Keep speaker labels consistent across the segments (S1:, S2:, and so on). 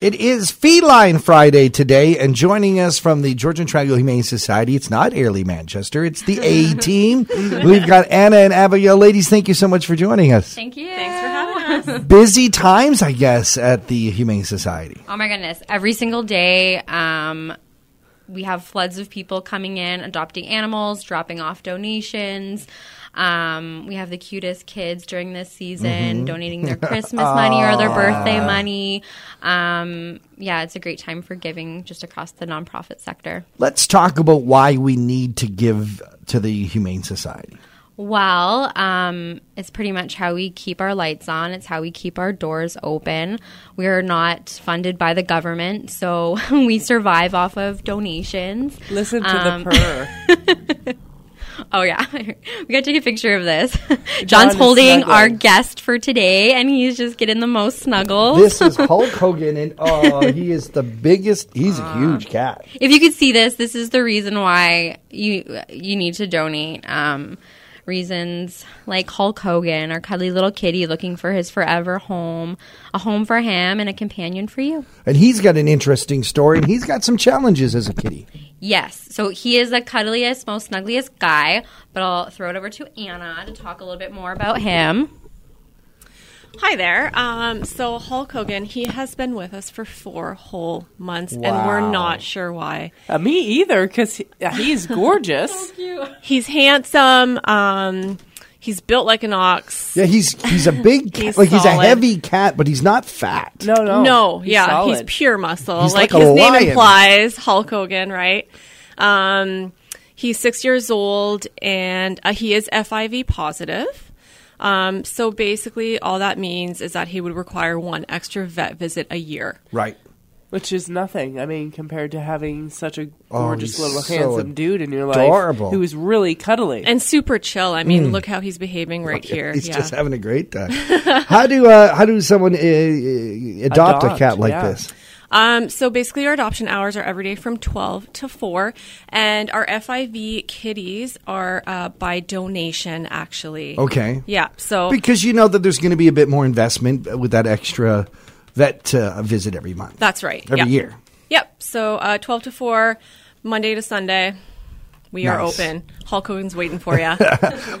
S1: It is Feline Friday today, and joining us from the Georgian Triangle Humane Society, it's not Airly Manchester, it's the A team. We've got Anna and Abigail. Ladies, thank you so much for joining us.
S2: Thank you.
S3: Thanks for having us.
S1: Busy times, I guess, at the Humane Society.
S2: Oh my goodness. Every single day, um, we have floods of people coming in, adopting animals, dropping off donations. Um, we have the cutest kids during this season donating their Christmas money or their birthday money. Um, yeah, it's a great time for giving just across the nonprofit sector.
S1: Let's talk about why we need to give to the Humane Society.
S2: Well, um, it's pretty much how we keep our lights on. It's how we keep our doors open. We are not funded by the government, so we survive off of donations.
S3: Listen to
S2: Um,
S3: the purr.
S2: Oh yeah, we got to take a picture of this. John's
S3: John is
S2: holding our
S3: snuggling.
S2: guest for today, and he's just getting the most snuggles.
S1: This is Hulk Hogan, and oh, he is the biggest. He's a huge cat.
S2: if you could see this, this is the reason why you you need to donate. Um, reasons like Hulk Hogan, our cuddly little kitty looking for his forever home, a home for him, and a companion for you.
S1: And he's got an interesting story, and he's got some challenges as a kitty.
S2: Yes, so he is the cuddliest, most snuggliest guy. But I'll throw it over to Anna to talk a little bit more about him.
S3: Hi there. Um, so Hulk Hogan, he has been with us for four whole months, and
S1: Wow.
S3: we're not sure why.
S4: Uh, me either, because he, uh, he's gorgeous.
S3: He's handsome. Um, he's built like an ox.
S1: Yeah, he's he's a big cat.
S3: He's
S1: like he's a
S3: solid.
S1: heavy cat, but he's not fat.
S4: no, no,
S3: no,
S4: he's
S3: yeah, he's
S4: solid.
S3: pure muscle.
S1: He's
S3: like
S1: like a
S3: his
S1: lion.
S3: name implies, Hulk Hogan, right? Um, he's six years old, and uh, he is FIV positive. Um, so basically, all that means is that he would require one extra vet visit a year.
S1: Right.
S4: which is nothing. I mean, compared to having such a
S1: Oh,
S4: gorgeous
S1: he's
S4: little
S1: so
S4: handsome dude in your life,
S1: adorable.
S4: who is really cuddly.
S3: and super chill. I mean, look how he's behaving right here.
S1: Hmm. He's
S3: yeah.
S1: just having a great time. how do uh, how do someone uh, uh, adopt, a
S4: Adopt,
S1: cat like
S4: yeah.
S1: this?
S3: um, so basically, our adoption hours are every day from 12 to 4, and our FIV kitties are uh, by donation, actually.
S1: Okay.
S3: Yeah. So
S1: Because you know that there's going to be a bit more investment with that extra vet uh, visit every month.
S3: that's right.
S1: every
S3: yeah.
S1: year.
S3: Yep. So uh, 12 to 4, Monday to Sunday. We are
S1: Nice.
S3: open. Hulk Hogan's waiting for you.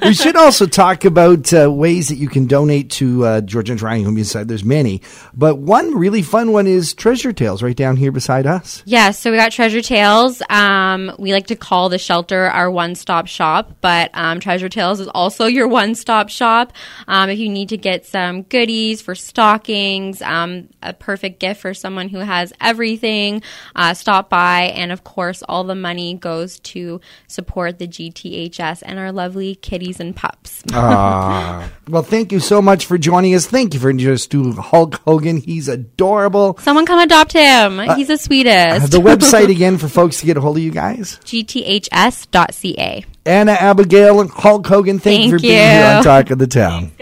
S1: we should also talk about uh, ways that you can donate to uh, Georgian Triangle Humane Society. There's many, but one really fun one is Treasure Tales right down here beside us.
S2: Yeah, so we got Treasure Tales. Um, we like to call the shelter our one stop shop, but um, Treasure Tales is also your one stop shop. Um, if you need to get some goodies for stockings, um, a perfect gift for someone who has everything, uh, stop by. And of course, all the money goes to support the GTHS and our lovely kitties and pups.
S1: Uh,
S4: Ah.
S1: Well, thank you so much for joining us. Thank you for just to Hulk Hogan. He's adorable.
S2: Someone come adopt him. He's the
S1: Uh,
S2: sweetest.
S1: the website again for folks to get a hold of you guys.
S2: GTHS.ca.
S1: Anna Abigail and Hulk Hogan, thank, you for
S2: Thank
S1: being here
S2: you.
S1: on Talk of the Town.